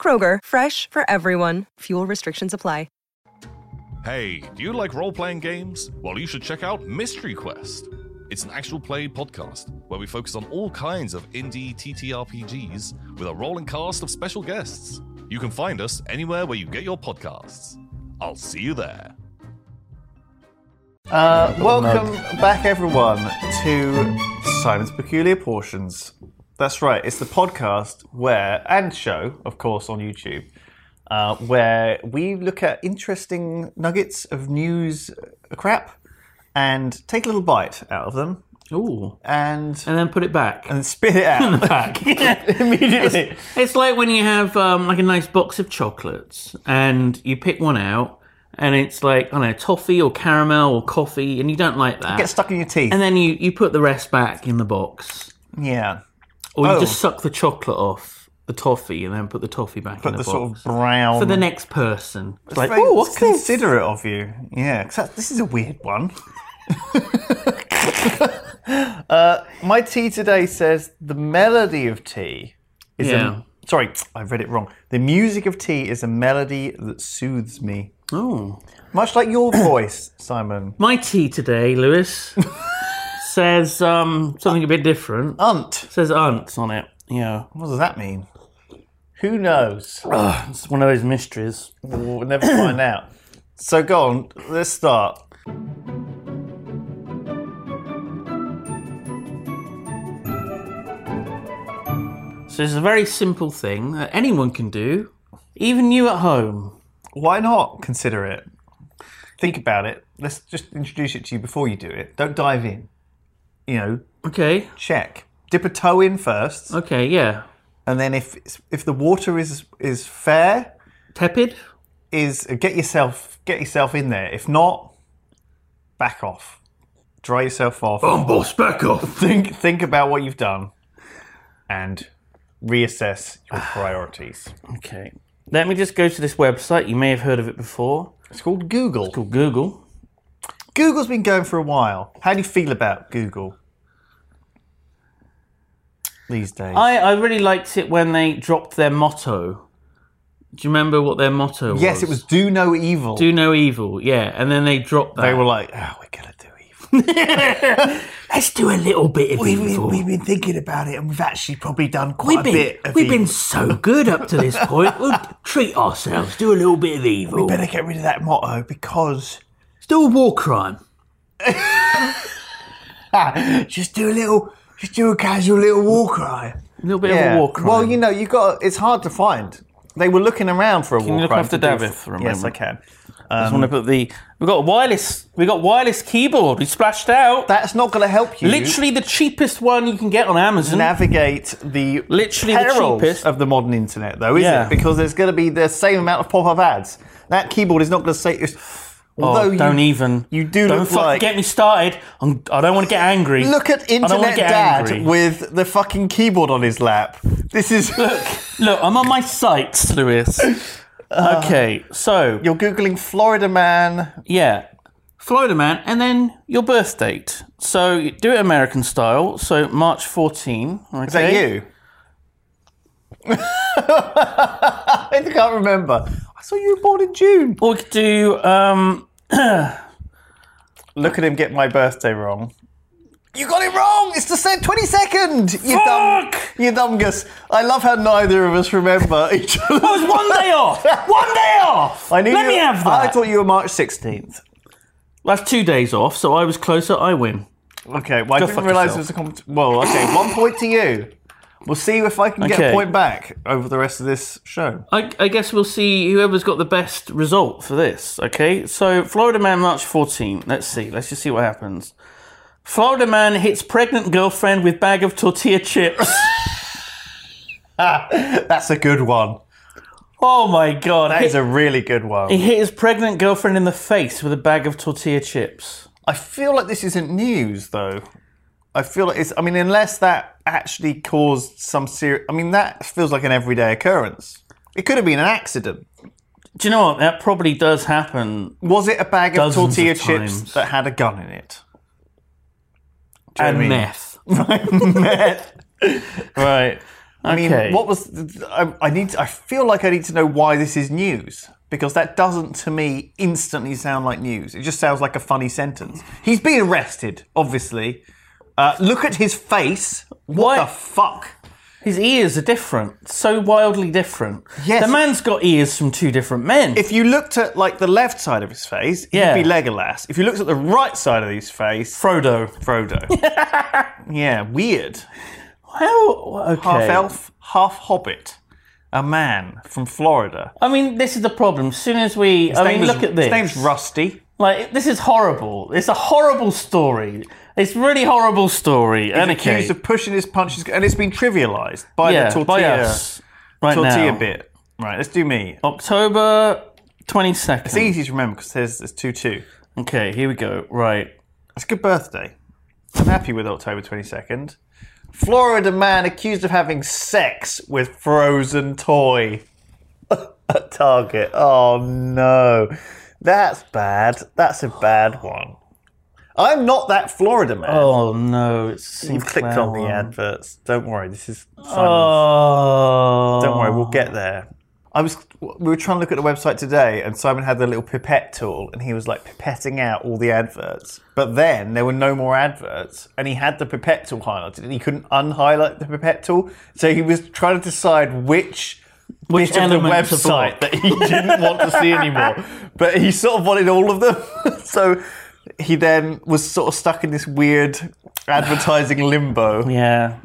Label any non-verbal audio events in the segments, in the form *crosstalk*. Kroger, fresh for everyone. Fuel restrictions apply. Hey, do you like role playing games? Well, you should check out Mystery Quest. It's an actual play podcast where we focus on all kinds of indie TTRPGs with a rolling cast of special guests. You can find us anywhere where you get your podcasts. I'll see you there. Uh, welcome back, everyone, to Simon's Peculiar Portions. That's right, it's the podcast where, and show, of course, on YouTube, uh, where we look at interesting nuggets of news uh, crap and take a little bite out of them Ooh. and, And then put it back. and *laughs* spit it *laughs* out back. *laughs* immediately. It's like when you have um, like a nice box of chocolates and you pick one out and it's like, I don't know, toffee or caramel or coffee and you don't like that. Get stuck in your teeth. and then you, you put the rest back in the box. yeah. Or you Oh. just suck the chocolate off the toffee and then put the toffee back in But the, the box. sort of brown. For the next person. It's like, very oh, what's this? considerate of you. Yeah, 'cause that- this is a weird one. *laughs* uh, my tea today says the melody of tea is Yeah. a, sorry, I read it wrong. The music of tea is a melody that soothes me, Oh. much like *coughs* your voice, Simon. My tea today, *laughs* Lewis, says um, something a bit Oh. different. Unt. says aunts on it. Yeah. What does that mean? Who knows? It's one of those mysteries. We'll never find out. So go on. Let's start. So it's a very simple thing that anyone can do, even you at home. Why not consider it? Think about it. Let's just introduce it to you before you do it. Don't dive in. You know, Okay. check. Dip a toe in first, Okay. Yeah. and then if it's- if the water is is fair, Tepid. is get yourself get yourself in there. If not, back off. Dry yourself off. boss, back off. *laughs* Think think about what you've done, and reassess your priorities. Okay. Let me just go to this website. You may have heard of it before. It's called Google. Called Google. Google's been going for a while. How do you feel about Google these days? I, I really liked it when they dropped their motto. Do you remember what their motto was? yes, it was do no evil. Do no evil. Yeah. And then they dropped that. they were like, oh, we're gonna do evil. *laughs* Let's do a little bit of been thinking about it, and we've actually probably done quite We've been, we've been so good up to this point. We'll treat ourselves, do a little bit of evil. get rid of that motto because do a war crime. *laughs* just do a little, just do a casual little war cry. A little bit Yeah. of a war crime. Well, you know, you got. It's hard to find. They were looking around for a war you look crime. after to do- Davith for a yes, I moment? can. I Um, just want to put the. We got a wireless. We got wireless keyboard. We splashed out. That's not going to help you. Literally the cheapest one you can get on Amazon. navigate the Literally the perils cheapest. of the modern internet, though, is Yeah. it? Because there's going to be the same amount of pop-up ads. That keyboard is not going to say. it's- Although oh, don't you, even. you do Don't look fucking like- get me started. I'm, I don't want to get angry. look at I don't wanna internet get dad angry. with the fucking keyboard on his lap. This is Look, look. I'm on my sites, Lewis. *laughs* okay, so *laughs* you're googling Florida man. Yeah. Florida man, and then your birth date. So you do it American style. So March 14. Okay? Is that you? *laughs* I can't remember. I saw you were born in June. Or we could do um, *laughs* Look at him get my birthday wrong. You got it wrong. It's the same twenty second. You dumb, Fuck! you dumbgus. I love how neither of us remember *laughs* each other. I was oh, one day off. One day off. I knew Let you- me have that. I thought you were March sixteenth. That's two days off. So I was closer. I win. Okay, well, I didn't fuck realise it yourself. was a comp- Well, okay, one point to you. We'll see if I can get a Okay. point back over the rest of this show. I, I guess we'll see whoever's got the best result for this. Okay, so Florida man March 14. Let's see. Let's just see what happens. Florida man hits pregnant girlfriend with bag of tortilla chips. That's a good one. *laughs* Oh my god. That Hit- is a really good He one. hit his pregnant girlfriend in the face with a bag of tortilla chips. I feel like this isn't news, though. I feel like it's. I mean, unless that actually caused some serious. I mean, that feels like an everyday occurrence. It could have been an accident. Do you know what? That probably does happen. Was it a bag of Dozens of tortilla chips times. that had a gun in it? Do you know And what I mean? meth. *laughs* right. I mean, Okay. what was? I, I need. To, I feel like I need to know why this is news because that doesn't, to me, instantly sound like news. It just sounds like a funny sentence. He's been arrested, obviously. Uh, look at his face. What, Why- the fuck? His ears are different. So wildly different. Yes. The man's got ears from two different men. If you looked at like the left side of his face, Yeah. he'd be Legolas. If you looked at the right side of his face, Frodo. *laughs* Frodo. yeah, weird. How? Okay. Half elf, half hobbit. A man from Florida. I mean, this is the problem. As soon as we, His I name mean, was- look at this. His name's Rusty. Like, this is horrible. It's a horrible story. It's really horrible story. And accused of pushing his punches, and it's been trivialised by yeah, the tortilla, by us right tortilla now. Oh. bit. Right, let's do me. October twenty second. It's easy to remember because there's, there's two two. Okay, here we go. Right. It's a good birthday. I'm happy with October 22nd. Florida man accused of having sex with frozen toy *laughs* at Target. Oh no, that's bad. That's a bad one. I'm not that Florida man. Oh no, it's You've clicked Sinclair on the one. adverts. Don't worry, this is. Silence. Oh, Don't worry, we'll get there. I was we were trying to look at the website today, and Simon had the little pipette tool, and he was like pipetting out all the adverts. But then there were no more adverts, and he had the pipette tool highlighted, and he couldn't unhighlight the pipette tool, so he was trying to decide which. Which bit of the element to website block. that he didn't want to see *laughs* anymore, but he sort of wanted all of them. *laughs* so he then was sort of stuck in this weird advertising limbo. Yeah.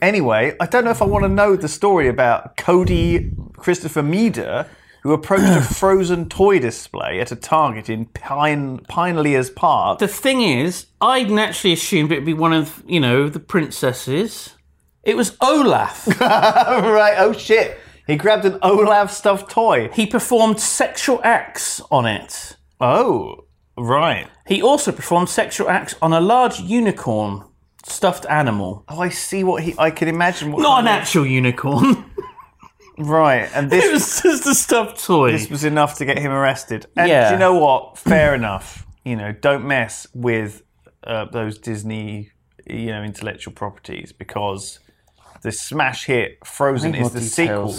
Anyway, I don't know if I want to know the story about Cody Christopher Meader, who approached *sighs* a frozen toy display at a Target in Pine Pinelears Park. The thing is, I'd naturally assumed it'd be one of you know the princesses. It was Olaf. *laughs* *laughs* right, oh shit. He grabbed an Olaf stuffed toy. he performed sexual acts on it. Oh, right. He also performed sexual acts on a large unicorn stuffed animal. Oh, I see what he. I can imagine what. Not an actual unicorn. *laughs* Right, and this it was just a stuffed toy. this was enough to get him arrested. And Yeah. do you know what? Fair enough. You know, don't mess with uh, those Disney, you know, intellectual properties because the smash hit Frozen is the sequel.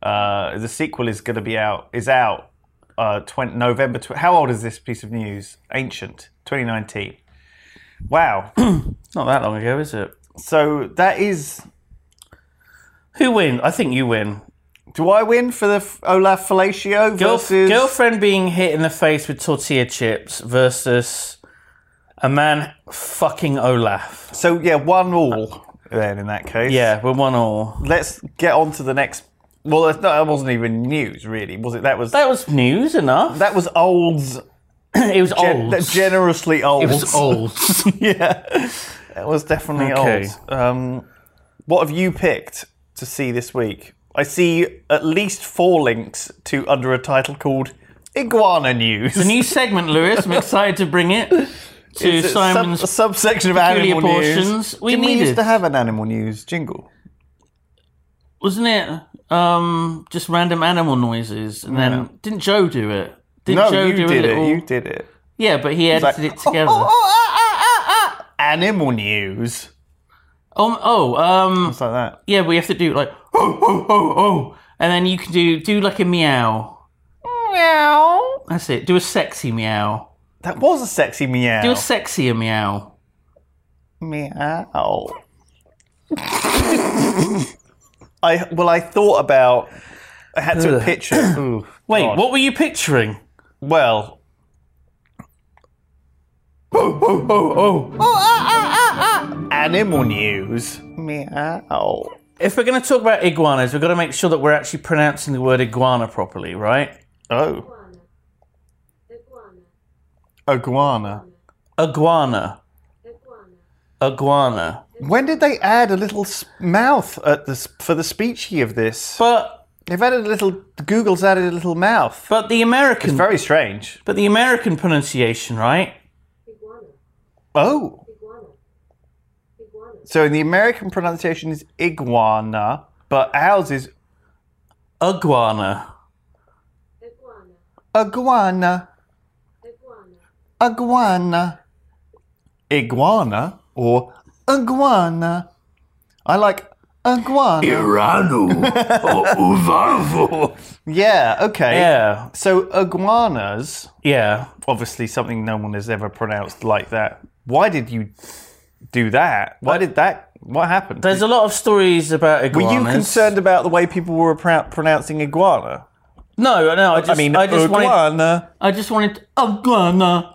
Uh, the sequel is going to be out. Is out. Uh, 20, November. Tw- how old is this piece of news? Ancient. 2019. Wow. *clears throat* Not that long ago, is it? so that is. Who win? I think you win. Do I win for the f- Olaf Fellatio Girl- versus? girlfriend being hit in the face with tortilla chips versus a man fucking Olaf. So yeah, one all. Then in that case. Yeah, we're one all. let's get on to the next. Well, that's not, that wasn't even news, really, was it? That was that, That was news enough. was old's it was gen- old. generously old. *laughs* it was old. yeah, that was definitely Okay. old. Um, what have you picked to see this week? I see at least four links to under a title called Iguana News. A new segment, Lewis. I'm excited to bring it to It's a sub- Simon's. a subsection of peculiar animal news. portions. We Didn't we used needed- to have an animal news jingle. wasn't it um, just random animal noises? And then didn't Joe do it? Didn't No, Joe you do did a little... it. You did it. Yeah, but he edited like, it together. "Oh, Oh, *laughs* Animal news. um, oh um, It's like that. yeah, we have to do like *laughs* oh oh oh oh, and then you can do do like a meow. Meow. That's it. Do a sexy meow. That was a sexy meow. Do a sexier meow. meow. I well, I thought about. I had to picture. Ooh, Wait, God. what were you picturing? Well, Oh oh oh. animal news. Oh. Meow. If we're going to talk about iguanas, we've got to make sure that we're actually pronouncing the word iguana properly, right? Oh, iguana. Iguana. Iguana. When did they add a little s- mouth at the s- for the speechy of this? But They've added a little. Google's added a little mouth. But the It's American, very strange. but the American pronunciation, right? Oh. So in the American pronunciation is iguana, but ours is Iguana. iguana. Iguana. Iguana or iguana. I like iguana. Iranu or Uvarvo. *laughs* Yeah, okay. Yeah, So iguanas, yeah. obviously something no one has ever pronounced like that. Why did you do that? Why did that? What happened? There's a lot of stories about Were iguanas. you concerned about the way people were pro- pronouncing iguana? No, no. I uh, just, I mean, I just wanted, iguana. I just wanted iguana,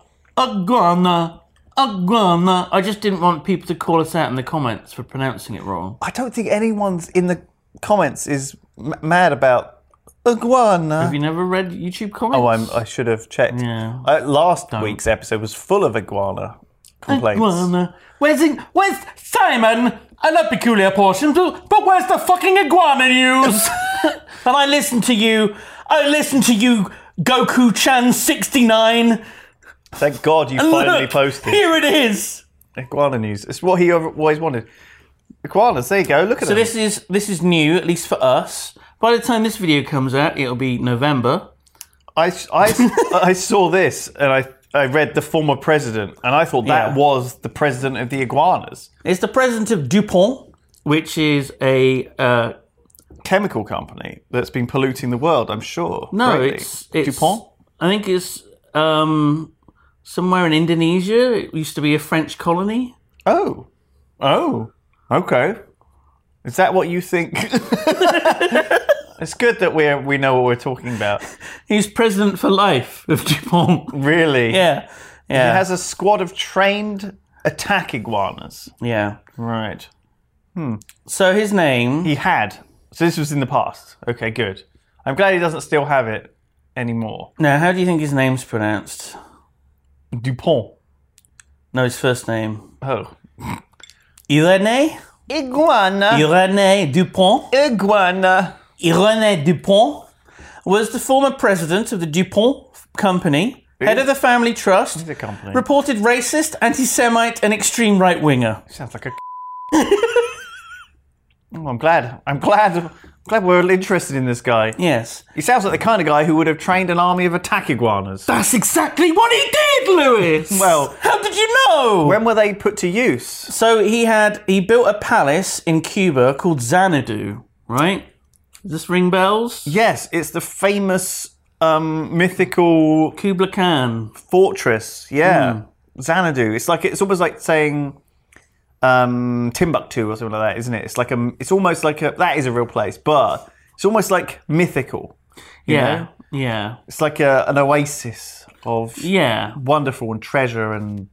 iguana, iguana. I just didn't want people to call us out in the comments for pronouncing it wrong. I don't think anyone's in the comments is m- mad about Have iguana. you never read YouTube comments? Oh, I'm, I should have checked. Yeah. Uh, last week's episode was full of iguana complaints. Iguana. Where's in, where's Simon? I love peculiar portions, but but where's the fucking iguana *laughs* news? and I listen to you. I listen to you, Goku Chan sixty nine. Thank God you *laughs* finally posted Here it is. iguana news. It's what he always wanted. Iguanas. There you go. Look at So them. this is this is new, at least for us. By the time this video comes out, it'll be November. I, I, *laughs* I saw this and I, I read the former president and I thought that Yeah. was the president of the iguanas It's the president of Dupont, which is a uh, chemical company that's been polluting the world. I'm sure. no. greatly. It's, it's DuPont. I think it's um, somewhere in Indonesia. It used to be a French colony. Oh, oh, okay. Is that what you *laughs* think? it's good that we we know what we're talking about. He's president for life of *laughs* Dupont. Really, yeah, It yeah, has a squad of trained attack iguanas. yeah. Right. So his name. He had. So this was in the past. Okay, good. I'm glad he doesn't still have it anymore. Now, how do you think his name's pronounced? Dupont. No, his first name. Oh. Irene. Iguana. Irene Dupont. Iguana. Irene Dupont was the former president of the Dupont Company, head of the family trust, The company. reported racist, anti Semite, and extreme right winger. Sounds like a. *laughs* oh, I'm glad. I'm glad. I'm glad we're interested in this guy. Yes. He sounds like the kind of guy who would have trained an army of attack iguanas. That's exactly what he did, *laughs* Lewis! Well- how did you know? When were they put to use? so he had, he built a palace in Cuba called Xanadu, right? Does this ring bells? Yes, it's the famous um, mythical Kubla Khan. fortress. Yeah, Hmm. Xanadu. It's like it's almost like saying um, Timbuktu or something like that, isn't it? It's like a. It's almost like a. That is a real place, but it's almost like mythical. Yeah. Yeah. It's like a, an oasis of Yeah. wonderful and treasure and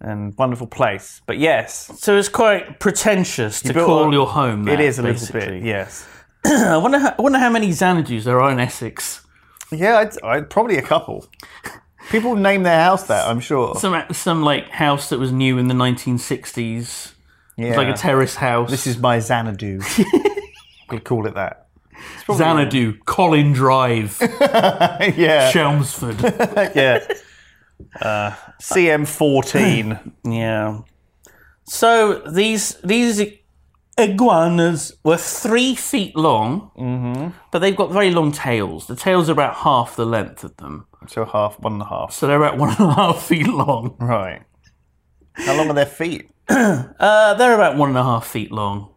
and wonderful place. But yes, So it's quite pretentious to built call a- your home. it that, is a little basically. bit. Yes. *clears throat* I wonder, how, I wonder how many Xanadus there are in Essex. Yeah, I'd, I'd, probably a couple. People name their house that, I'm sure. Some some like house that was new in the 1960s. yeah. It's like a terrace house. this is my *laughs* Xanadu. I'm going to call it that. *laughs* Xanadu, Colin *laughs* Drive, yeah, Chelmsford. yeah. Uh, *laughs* CM14. yeah. So these these iguanas were three feet long, mm-hmm. but they've got very long tails. The tails are about half the length of them, so half, one and a half. so they're about *laughs* one and a half feet long. Right. How long are their feet? Uh, they're about one and a half feet long.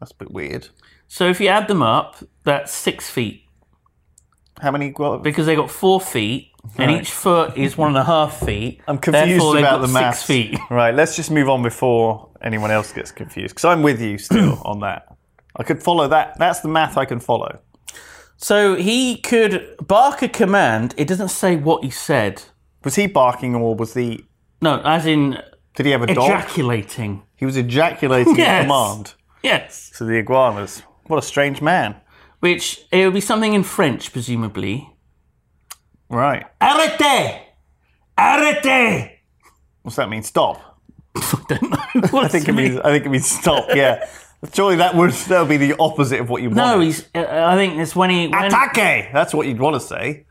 That's a bit weird. So if you add them up, that's six feet How many? Well, because they got four feet, and each foot is one and a half feet. I'm confused Therefore, they've about got the maths. Six feet. Right, let's just move on before anyone else gets confused. Because I'm with you *clears throat* still on that. I could follow that. That's the math I can follow. So he could bark a command. It doesn't say what he said. Was he barking or was he? No, as in Did he have a dog? ejaculating. He was ejaculating in *laughs* Yes. command Yes. to the iguanas. What a strange man. Which it would be something in French, presumably. Right. Arrêtez! Arrêtez! *laughs* What's that mean? Stop. I don't know. What I think it means. I think it means stop. Yeah. Surely that would that would be the opposite of what you want. No, he's. Uh, I think it's when he. When, Atake! That's what you'd want to say.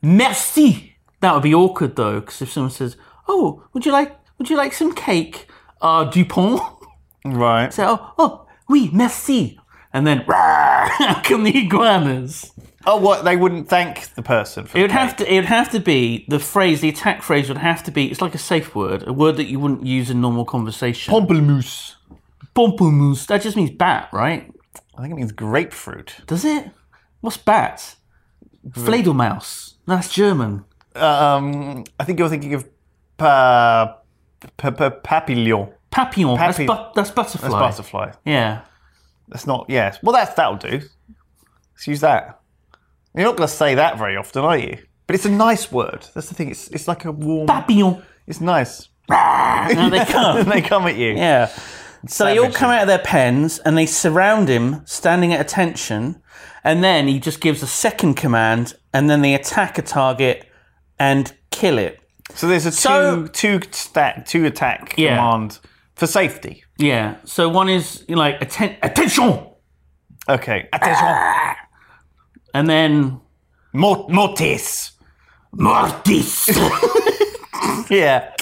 Merci. That would be awkward though, because if someone says, "Oh, would you like would you like some cake, uh, Dupont?" *laughs* Right. Say, "Oh, oh, oui, merci." And then, *laughs* "Rah!" come the iguanas. Oh, what? They wouldn't thank the person for It would have to. It would have to be the phrase. The attack phrase would have to be. It's like a safe word, a word that you wouldn't use in normal conversation. Pomplemousse. Pompomoose. That just means bat, right? I think it means grapefruit. Does it? What's bat? Fladelmaus. No, That's German. Um, I think you're thinking of pa, pa, pa, papillon. Papillon. That's, Papi- bu- that's butterfly. That's butterfly. Yeah. That's not. Yes. Well, that's that'll do. Let's use that. You're not going to say that very often, are you? But it's a nice word. That's the thing. It's it's like a warm. Papillon. Ah, It's nice. *laughs* Now they come. and *laughs* they come at you. Yeah. So they all Savage. come out of their pens and they surround him, standing at attention. And then he just gives a second command, and then they attack a target and kill it. So there's a two So- two stat two attack Yeah. command for safety. Yeah. So one is you know, like atten- attention, Okay. Attention. and then Mort- mortis. mortis. *laughs* Yeah.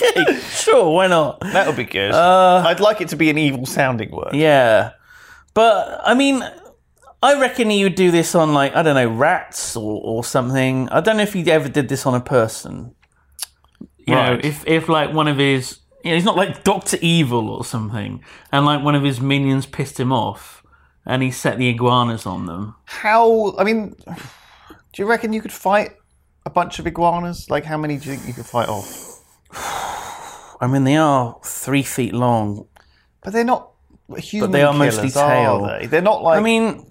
sure, why not? That would be good. I'd like it to be an evil sounding word. Uh, Yeah. But I mean, I reckon you would do this on like I don't know rats or, or something. I don't know if he ever did this on a person. You know, Right. if if like one of his, you know, he's not like Doctor Evil or something, and like one of his minions pissed him off, and he set the iguanas on them. How? I mean, do you reckon you could fight a bunch of iguanas? Like, how many do you think you could fight off? I mean, they are three feet long. But they're not human. they are killers, mostly are tail. They? They're not like. I mean,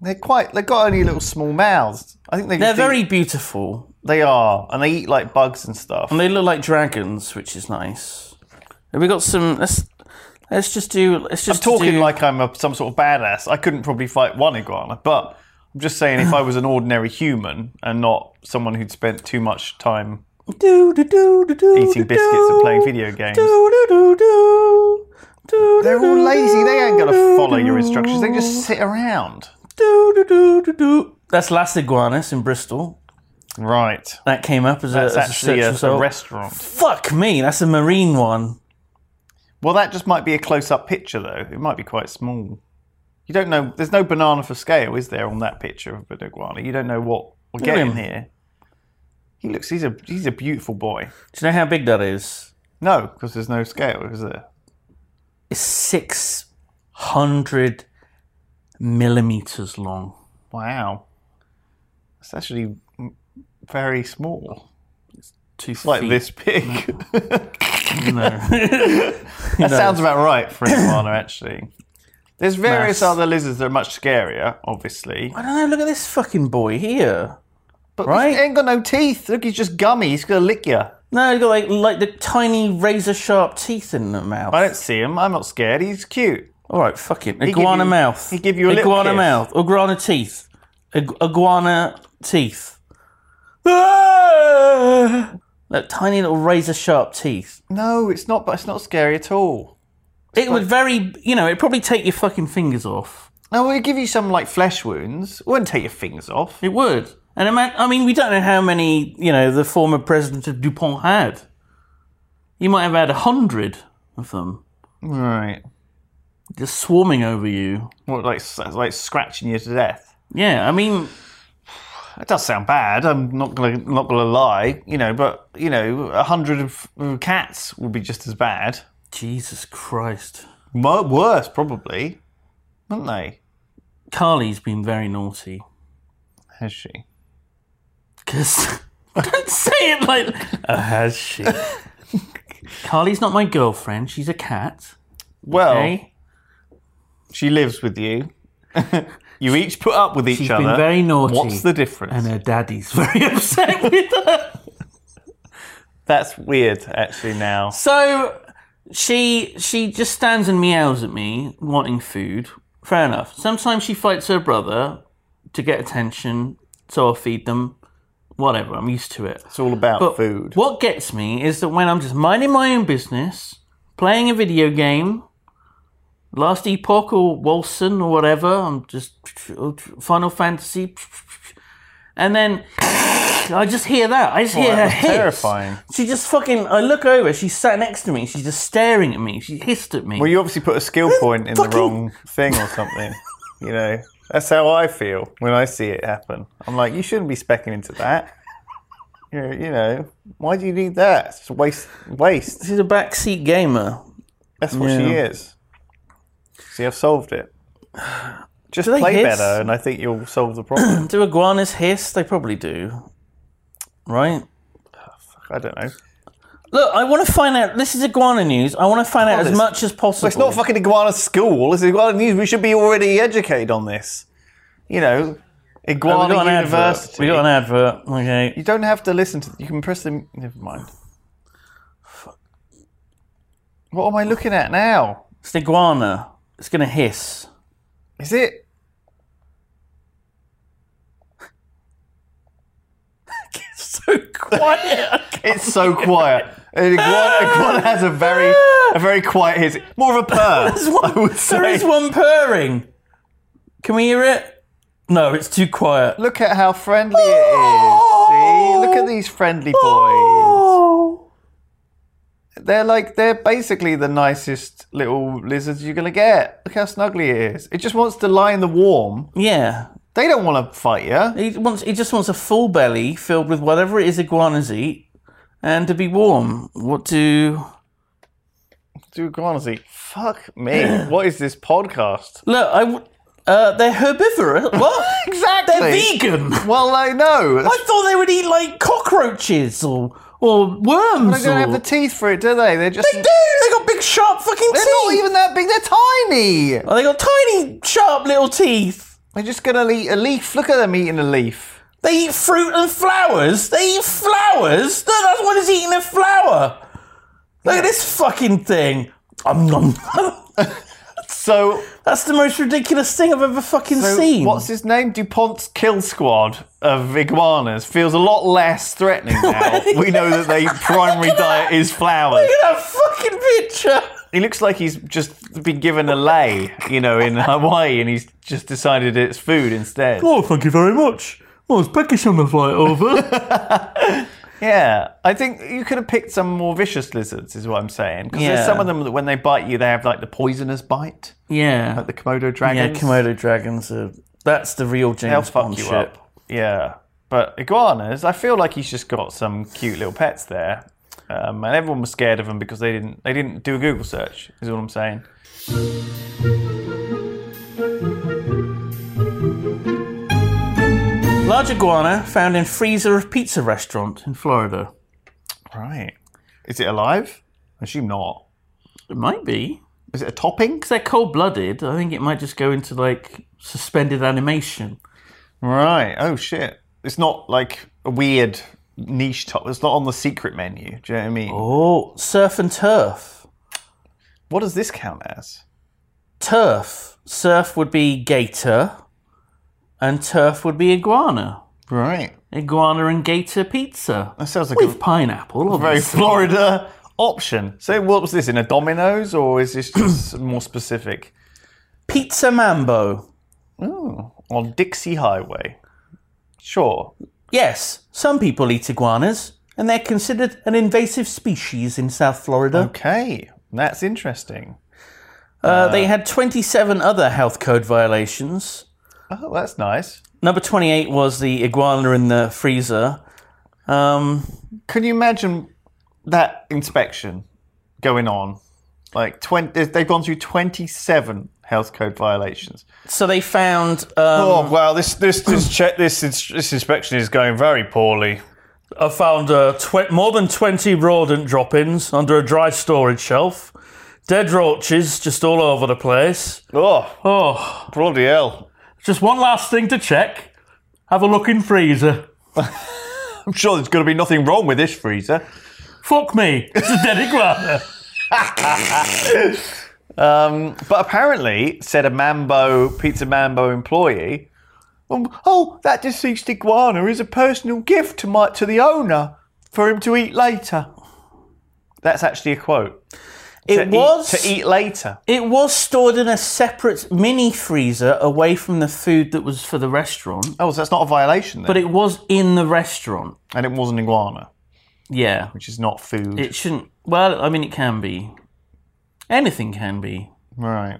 they're quite. They've got only little small mouths. I think they. they're just very Eat, beautiful, they are, and they eat like bugs and stuff. and they look like dragons, which is nice. Have we got some? Let's let's just do. Let's I'm just talking do- like I'm a, some sort of badass. I couldn't probably fight one iguana, but I'm just saying if I was an ordinary human and not someone who'd spent too much time do, do, do, do, do, eating do, biscuits and playing do, video games. Do, do, do, do, do, They're do, all do, lazy. They ain't going to do, follow your do, instructions. They just sit around. do, do, do, do, do. That's Las Iguanas in Bristol. Right. That came up as a, That's as a actually search a, a result. restaurant. Fuck me, that's a marine one. Well, that just might be a close-up picture, though. It might be quite small. You don't know. There's no banana for scale, is there, on that picture of an iguana? You don't know what we're at getting him. here. He looks. He's a he's a beautiful boy. Do you know how big that is? No, because there's no scale, is there? It's six hundred millimeters long. Wow. It's actually m- very small. Two It's like feet. this *laughs* big. No. that sounds about right *coughs* for an iguana, actually. There's various Mass. other lizards that are much scarier, obviously. I don't know. Look at this fucking boy here. But Right? he ain't got no teeth. Look, he's just gummy. He's gonna lick you. No, he's got like like the tiny razor sharp teeth in the mouth. I don't see him. I'm not scared. He's cute. All right, fuck it. give Iguana you- mouth. he give you a little iguana kiss. mouth. Iguana teeth. Ig- iguana teeth. Ah! That tiny little razor sharp teeth. No, it's not. But it's not scary at all. It would very, you know, it'd probably take your fucking fingers off. No, we give you some like flesh wounds. It wouldn't take your fingers off. It would. And ima- I mean, we don't know how many, you know, the former president of Dupont had. You might have had a hundred of them Right. just swarming over you. What like s- like scratching you to death? Yeah, I mean, That does sound bad. I'm not gonna not gonna lie. You know, but you know, a hundred of uh, cats would be just as bad. Jesus Christ. Mo- worse, probably, wouldn't they? Carly's been very naughty. Has she? Because *laughs* don't say it like. Oh, has she? *laughs* Carly's not my girlfriend. She's a cat. Well, Okay. she lives with you. *laughs* you each put up with each She's other. been very naughty. What's the difference? and her daddy's *laughs* very upset with her. That's weird, actually. Now, So she she just stands and meows at me, wanting food. Fair enough. Sometimes she fights her brother to get attention, so I'll feed them. Whatever, I'm used to it. it's all about But food. What gets me is that when I'm just minding my own business, playing a video game, Last Epoch or Wolson or whatever. I'm just Final Fantasy, and then I just hear that. I just hear her that was hiss. terrifying. She just fucking. I look over. She's sat next to me. She's just staring at me. She hissed at me. Well, you obviously put a skill point in the Fucking- wrong thing or something. you know, that's how I feel when I see it happen. I'm like, you shouldn't be specking into that. You're, you know, why do you need that? It's just waste. Waste. She's a backseat gamer. That's what she Yeah. is. See, I've solved it. Just Do they play hiss? better, and I think you'll solve the *clears throat* problem. Do iguanas hiss? They probably do. Right? I don't know. Look, I want to find out. This is iguana news. I want to find out as Iguanas. much as possible. It's not fucking iguana school. It's iguana news. We should be already educated on this. You know, Oh, iguana university. advert. We got an advert. Okay. You don't have to listen to. You can press the. Never mind. What am I looking at now? It's an iguana. It's going to hiss. Is it? *laughs* so quiet. It's *laughs* so quiet. An iguana, iguana has a very, a very quiet hiss. More of a purr. *laughs* There's one- I would there say. is one purring. Can we hear it? No, it's too quiet. Look at how friendly it is. See, look at these friendly boys. Oh. They're like they're basically the nicest little lizards you're gonna get. Look how snuggly it is. It just wants to lie in the warm. Yeah. They don't want to fight you. He wants. He just wants a full belly filled with whatever it is iguanas eat, and to be warm. What do? Do iguanas eat? Fuck me. *clears throat* what is this podcast? Look, I. w- Uh, they're *laughs* herbivorous. What? Exactly. They're vegan. Well, I know. I thought they would eat like cockroaches or or worms. They don't or- have the teeth for it, do they? They're just. They do. They got big sharp fucking They're teeth. not even that big. They're tiny. Oh, they got tiny sharp little teeth. They're just gonna eat a leaf. Look at them eating a leaf. They eat fruit and flowers. They eat flowers. No, that's what is eating a flower. Look at this fucking thing. Um, nom. *laughs* So, that's the most ridiculous thing I've ever fucking so seen. what's his name? Dupont's kill squad of iguanas feels a lot less *laughs* threatening now. we know that their primary diet is flowers. Look at that fucking picture. He looks like he's just been given a lay, you know, in *laughs* Hawaii, and he's just decided it's food instead. Oh, thank you very much. Well, it's Peckish on the flight over. Yeah, I think you could have picked some more vicious lizards, is what I'm saying. Because Yeah. there's some of them that when they bite you, they have like the poisonous bite, *laughs* yeah. like the Komodo Yeah, dragons. Komodo dragons are. That's the real James They'll fuck Bond you shit. up. Yeah, but iguanas, I feel like he's just got some cute little pets there, um, and everyone was scared of them because they didn't they didn't do a Google search. Is all I'm saying. Large iguana found in freezer of pizza restaurant in Florida. Right? Is it alive? I assume not. It might be. Is it a topping? Because they're cold blooded, I think it might just go into like suspended animation. Right. Oh shit! It's not like a weird niche top. It's not on the secret menu. Do you know what I mean? Oh, surf and turf. What does this count as? Turf. Surf would be gator, and turf would be iguana. Right. Iguana and gator pizza. That sounds like With pineapple, a very *laughs* obviously. Florida option. So what was this in a Domino's or is this *clears throat* just more specific? Pizza mambo. Oh, on Dixie Highway. Sure. Yes, some people eat iguanas, and they're considered an invasive species in South Florida. Okay, that's interesting. Uh, they had 27 other health code violations. Oh, that's nice. Number 28 was the iguana in the freezer. Um, Can you imagine that inspection going on? Like twenty, they've gone through twenty-seven health code violations. so they found. Um, oh wow, this this this check this ins- this inspection is going very poorly. I found uh, tw- more than 20 rodent droppings under a dry storage shelf. Dead roaches just all over the place. Oh, Oh, bloody hell! just one last thing to check. Have a look in freezer. I'm sure there's going to be nothing wrong with this freezer. Fuck me, it's a *laughs* dead iguana. Um, but apparently, said a Mambo Pizza Mambo employee, um, "Oh, that deceased iguana is a personal gift to my to the owner for him to eat later." That's actually a quote. It to was eat, to eat later. It was stored in a separate mini freezer away from the food that was for the restaurant, Oh, so that's not a violation then. but it was in the restaurant. and it was an iguana, Yeah. which is not food. It shouldn't. Well, I mean, it can be. Anything can be. Right.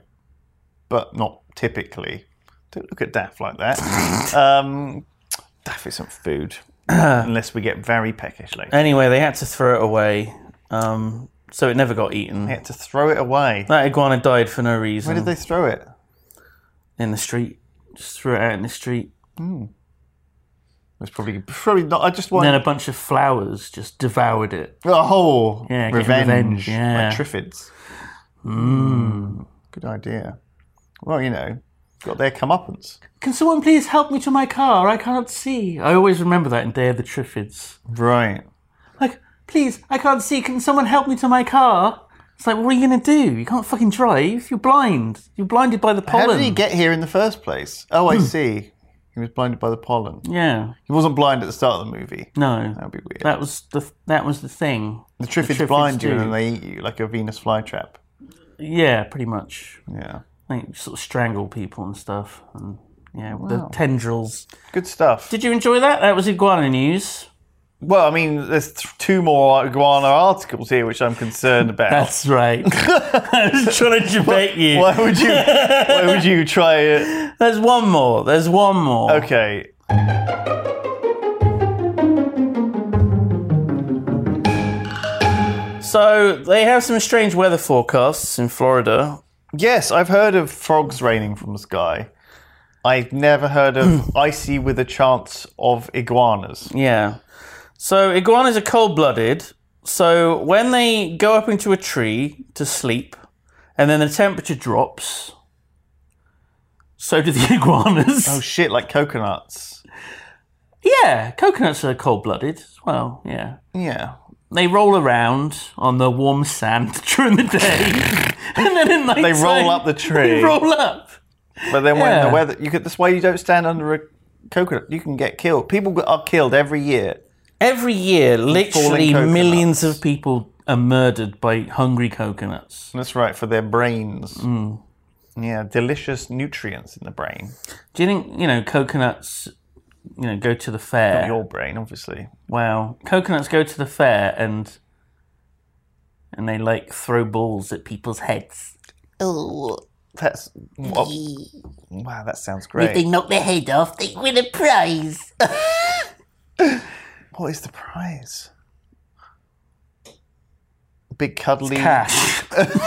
But not typically. Don't look at Daff like *laughs* that. um, Daff isn't food. *clears throat* Unless we get very peckish later. Anyway, they had to throw it away, um, so it never got eaten. They had to throw it away. That iguana died for no reason. Where did they throw it? In the street. Just threw it out in the street. It's Hmm. probably probably not. I just want And then a bunch of flowers just devoured it. a whole Yeah, get revenge, revenge, yeah. Mm. like Triffids. Hmm, Good idea. Well, you know, got their comeuppance. Can someone please help me to my car? I cannot see. I always remember that in Day of the Triffids. Right. Like, please, I can't see. Can someone help me to my car? It's like, what are you going to do? You can't fucking drive. You're blind. You're blinded by the pollen. Hmm. How did he get here in the first place? Oh, I see. He was blinded by the pollen. Yeah. He wasn't blind at the start of the movie. No. That'd be weird. That was the that was the thing. the Triffids, Triffids blind you do. and then they eat you like a Venus flytrap. Yeah, pretty much. Yeah. They sort of strangle people and stuff, and yeah, the tendrils. Good stuff. Did you enjoy that? That was iguana news. well, I mean, there's th- two more iguana articles here which I'm concerned about. *laughs* That's right. I was trying to debate you. why would you? Why would *laughs* you try it? There's one more. There's one more. Okay. So they have some strange weather forecasts in Florida. Yes, I've heard of frogs raining from the sky. I've never heard *sighs* of icy with a chance of iguanas. Yeah. So iguanas are cold-blooded. So when they go up into a tree to sleep, and then the temperature drops, so do the *laughs* iguanas. Oh shit, like coconuts. Yeah, coconuts are cold blooded as well, yeah. Yeah. They roll around on the warm sand *laughs* during *laughs* the day. and then at night They roll up the tree. *laughs* They roll up. But then when Yeah. the weather, you could, that's why you don't stand under a coconut. You can get killed. People g- are killed every year. Every year, literally coconuts. millions of people are murdered by hungry coconuts. That's right, for their brains. Mm. Yeah, delicious nutrients in the brain. Do you think, you know, coconuts, you know, go to the fair? Your brain, obviously. Wow. Coconuts go to the fair and and they like throw balls at people's heads. That's. Wow, wow that sounds great. knock their head off, they win a prize. What is the prize? Big cuddly. Cash. *laughs*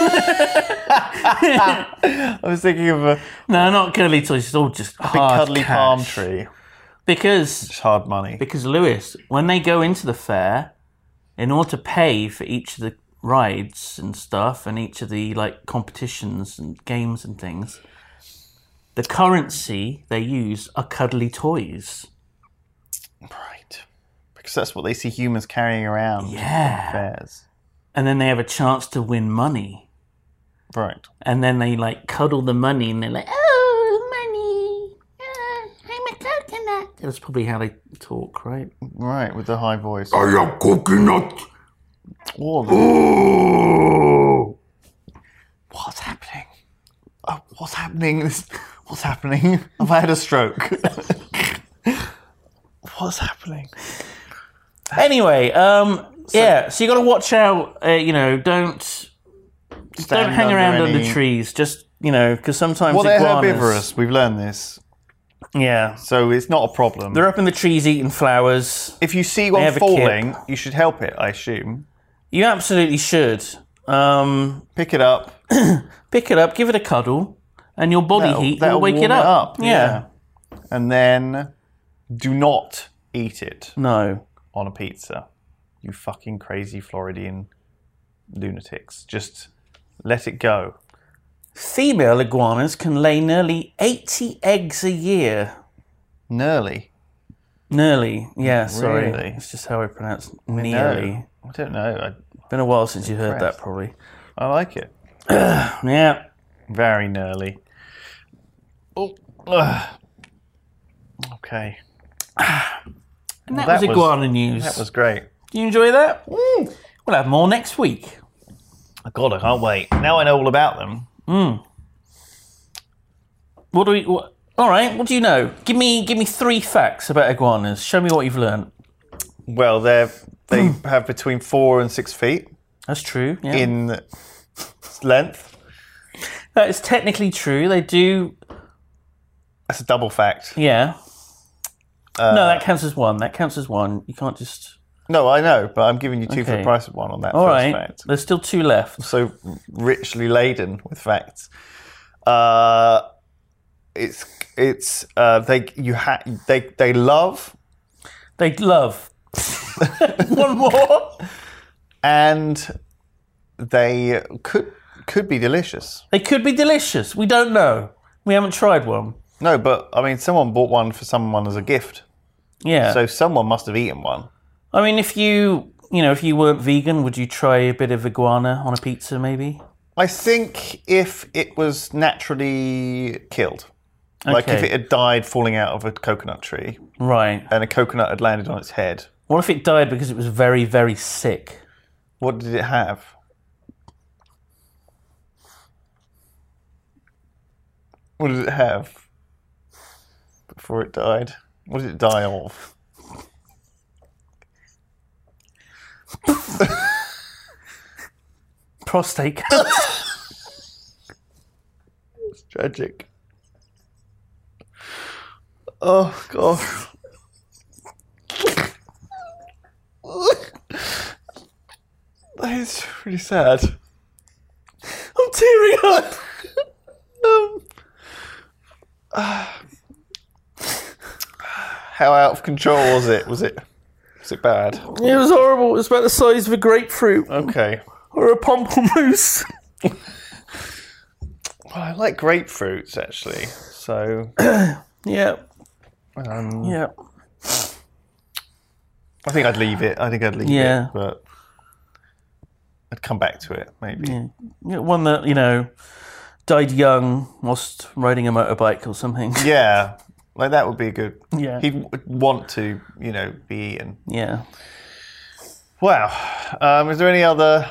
I was thinking of a big No, not curly toys. It's all just big hard cuddly cash. palm tree. Because It's hard money. because Lewis, when they go into the fair, in order to pay for each of the rides and stuff, and each of the like competitions and games and things, the currency they use are cuddly toys. Right. Because that's what they see humans carrying around Yeah, fairs. and then they have a chance to win money, Right. and then they like cuddle the money, and they're like, "Oh, money." Ah, I'm a coconut. That's probably how they talk, right? Right, with the high voice. I am coconut. Oh, Oh. what's happening? Oh, what's happening? *laughs* This- What's happening? Have I had a stroke? what's happening? Anyway, um, yeah. So you got to watch out. Uh, you know, don't don't Stand hang around any- under trees. Just you know, because sometimes Well, they're iguanas- herbivorous. We've learned this. Yeah, So it's not a problem. they're up in the trees eating flowers. if you see one have a falling, you should help it, I assume. You absolutely should um, Pick it up. pick it up, give it a cuddle, and your body That'll- heat that'll will wake warm it it up. up, yeah. and then do not eat it No. on a pizza. You fucking crazy Floridian lunatics. Just let it go. Female iguanas can lay nearly 80 eggs a year. Nearly. Nearly, yeah, sorry. Really? It's just how I pronounce No. nearly. I don't know. Been a while since you heard that, Impressed. probably. I, I like it. Yeah. Very nearly. Oh. ugh. Okay. And that, That was was- iguana news. Mm. That was great. Do you enjoy that? We'll have more next week. God, I can't wait. Now I know all about them. What do we? What, all right. What do you know? Give me give me three facts about iguanas. Show me what you've learned. Well, they *clears throat* they have between four and six feet That's true. Yeah. in length. that is technically true. They do. That's a double fact. Yeah. Uh, no, that counts as one. That counts as one. You can't just. No, I know, but I'm giving you two for Okay. the price of one on that All first right. fact. There's still two left. So richly laden with facts. Uh, it's it's uh, they you ha- they they love They *laughs* love. one more. and they could could be delicious. They could be delicious. We don't know. We haven't tried one. No, but I mean, someone bought one for someone as a gift, Yeah. so someone must have eaten one. I mean, if you you know if you weren't vegan, would you try a bit of iguana on a pizza? Maybe. I think if it was naturally killed, like if Okay. it had died falling out of a coconut tree Right. and a coconut had landed on its head, What if it died because it was very very sick? what did it have? What did it have before it died? What did it die of? Prostate cancer. It's tragic. Oh god. that is really sad. I'm tearing up. um, how out of control was it? Was it? Was it bad? *laughs* It was horrible. It was about the size of a grapefruit Okay. or a pamplemousse. Well, I like grapefruits actually. So *laughs* Yeah. yeah. I think I'd leave it. I think I'd leave Yeah. it, but I'd come back to it maybe. Yeah, One that, you know, died young whilst riding a motorbike or something. *laughs* Yeah, like that would be good. Yeah. he'd w- want to, you know, be eaten. Yeah. Wow. Um, is there any other?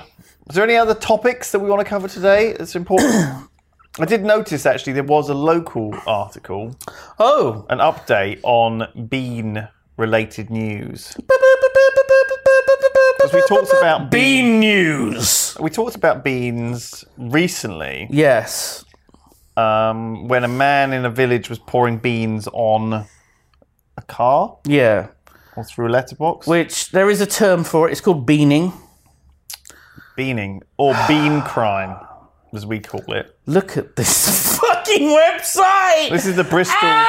Is there any other topics that we want to cover today? That's *coughs* important. I did notice actually there was a local article, Oh. an update on bean related news. Because we talked about bean. Bean news. We talked about beans recently. Yes. um, when a man in a village was pouring beans on a car Yeah. or through a letterbox. Which there is a term for it. It's called beaning. Beaning or *sighs* bean crime, as we call it. Look at this *laughs* fucking website. This is the Bristol. *laughs*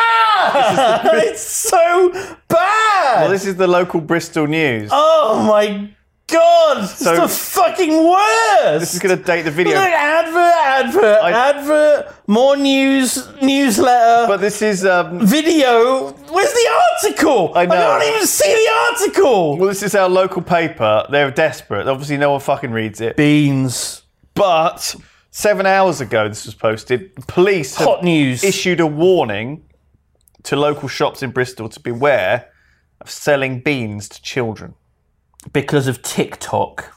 Ah! it's so bad. Well, Oh, this is the local Bristol news. Oh my god! So- it's the fucking worst! This is going to *laughs* date the video, Look, advert, advert, I- advert, more news, newsletter, but this is um, video. Where's the article? I know. can't even see the article! well, this is our local paper. They're desperate. Obviously, no one fucking reads it. Beans. But seven hours ago, this was posted. Police have Hot news. issued a warning to local shops in Bristol to beware of selling beans to children. Because of TikTok.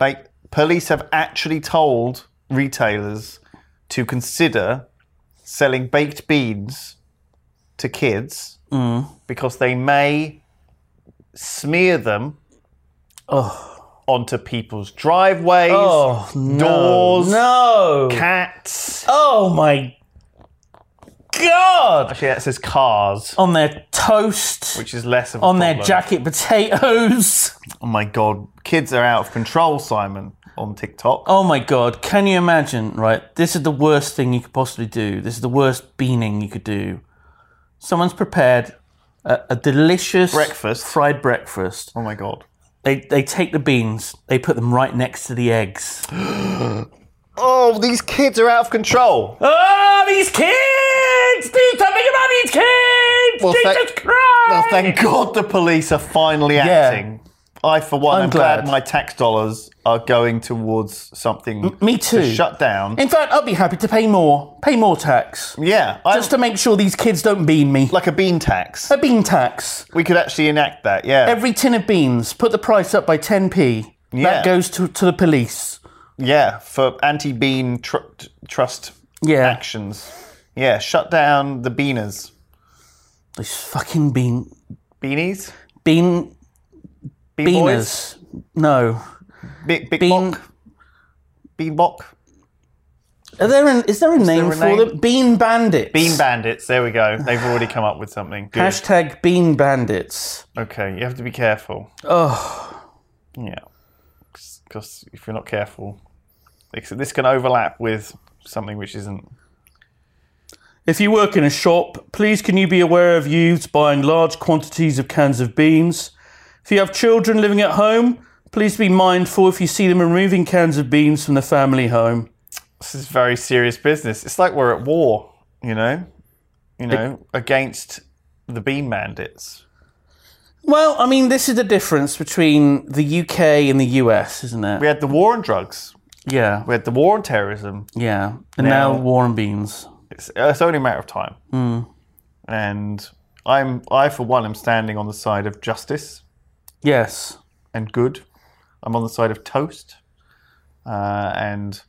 Like, police have actually told retailers to consider selling baked beans to kids because they may smear them onto people's driveways, Oh, no. doors, No! cats. oh my god! Actually, that says cars, On their toast, which is less of a on their problem. jacket potatoes. *laughs* Oh my god, kids are out of control, Simon, on TikTok. Oh my god, can you imagine, right? This is the worst thing you could possibly do. This is the worst beaning you could do. Someone's prepared a, a delicious Breakfast. fried breakfast. Oh my god. They, they take the beans, they put them right next to *gasps* the eggs. Oh, these kids are out of control. Oh, these kids! Do something about these kids! Well, Jesus thank- Christ! Well, Oh, thank God the police are finally acting. I, for one, I'm am glad. glad. my tax dollars are going towards something. me too. To shut down. In fact, I'd be happy to pay more, pay more tax, yeah, I, just to make sure these kids don't bean me. like a bean tax. a bean tax. We could actually enact that. Yeah. Every tin of beans, put the price up by 10p. Yeah. That goes to, to the police. yeah, for anti-bean tr- trust Yeah. actions. Yeah, shut down the beaners. These fucking bean Beanies? bean Bean boys? beaners. No. Big, big Bean- bock? Bean bock? Are there an, is there a name there a for name? them? Bean bandits. Bean bandits, there we go. They've already come up with something. Good. Hashtag bean bandits. okay, you have to be careful. Oh, Yeah. Because if you're not careful, this- this can overlap with something which isn't. If you work in a shop, please can you be aware of youths buying large quantities of cans of beans? If you have children living at home, please be mindful if you see them removing cans of beans from the family home. This is very serious business. It's like we're at war, you know? You know, against the bean bandits. Well, I mean, this is the difference between the UK and the US, isn't it? We had the war on drugs. Yeah. We had the war on terrorism. Yeah. And now, Now- war and beans. It's, it's only a matter of time. And I'm, I for one, am standing on the side of justice Yes. and good. I'm on the side of toast. Uh, and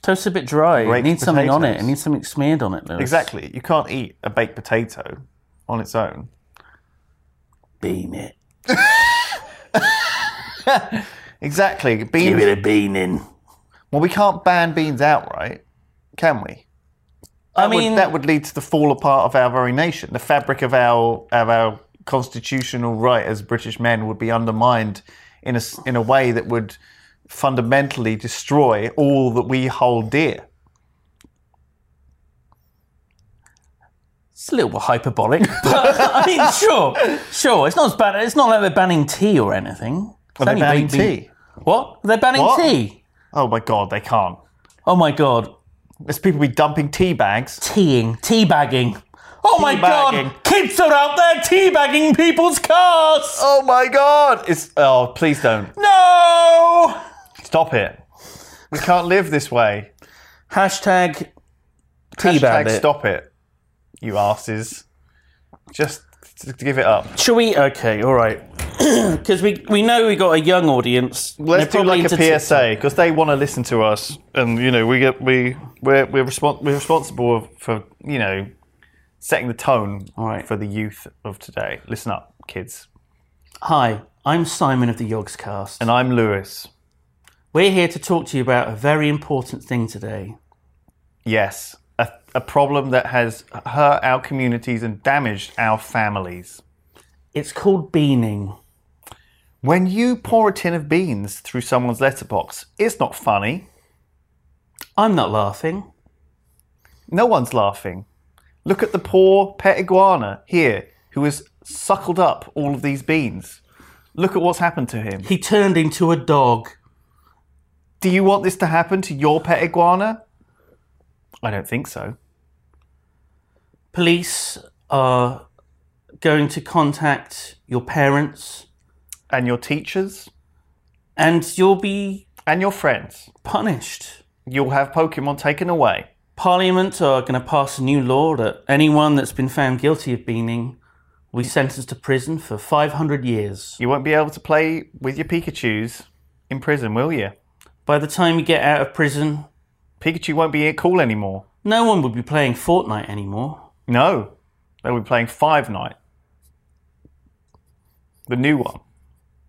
Toast's a bit dry. It Baked needs something on it. It potatoes. needs something smeared on it, Lewis. exactly, you can't eat a baked potato on its own. Bean it. Exactly. Give Beans. it a bean in. Well, we can't ban beans outright, can we? I That would- mean, that would lead to the fall apart of our very nation. The fabric of our of our constitutional right as British men would be undermined in a s- in a way that would fundamentally destroy all that we hold dear. It's a little bit hyperbolic, *laughs* but I mean, sure, sure. It's not as bad. It's not like they're banning tea or anything. It's Are they only banning bean- bean- tea? What? They're banning What? tea. Oh my God, they can't. Oh my god, There's people be dumping tea bags. teaing, teabagging. Oh my Teabagging. god, kids are out there teabagging people's cars. Oh my God! It's oh please don't No. stop it. We can't live this *laughs* way. Hashtag tea Hashtag bandit. stop it, you asses. Just t- give it up. Should we? Okay, all right. *clears throat* Because we we know we got a young audience. Let's They're do probably like into a PSA because they want to listen to us, and you know we get we we're we're, respons- we're responsible for you know setting the tone right. for the youth of today. Listen up, kids. Hi, I'm Simon of the Yogscast. Cast. And I'm Lewis. We're here to talk to you about a very important thing today. Yes, a, a problem that has hurt our communities and damaged our families. It's called beaning. When you pour a tin of beans through someone's letterbox, it's not funny. I'm not laughing. No one's laughing. Look at the poor pet iguana here who has suckled up all of these beans. Look at what's happened to him. He turned into a dog. Do you want this to happen to your pet iguana? I don't think so. Police are going to contact your parents And your teachers and you'll be and your friends. punished. You'll have Pokemon taken away. Parliament are going to pass a new law that anyone that's been found guilty of beaning will be sentenced to prison for 500 years. You won't be able to play with your Pikachus in prison, will you? By the time you get out of prison, Pikachu won't be cool anymore. no one would be playing Fortnite anymore. No. They'll be playing Five Night. The new one.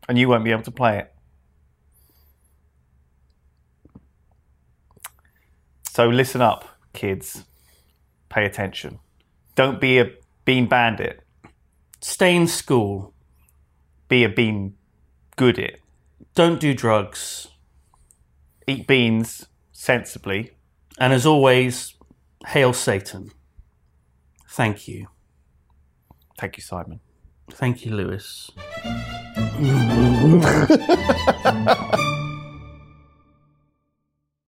And you won't be able to play it. So listen up, kids. Pay attention. Don't be a bean bandit. Stay in school. Be a bean good it. Don't do drugs. Eat beans sensibly. And as always, hail Satan. Thank you. Thank you, Simon. Thank you, Lewis.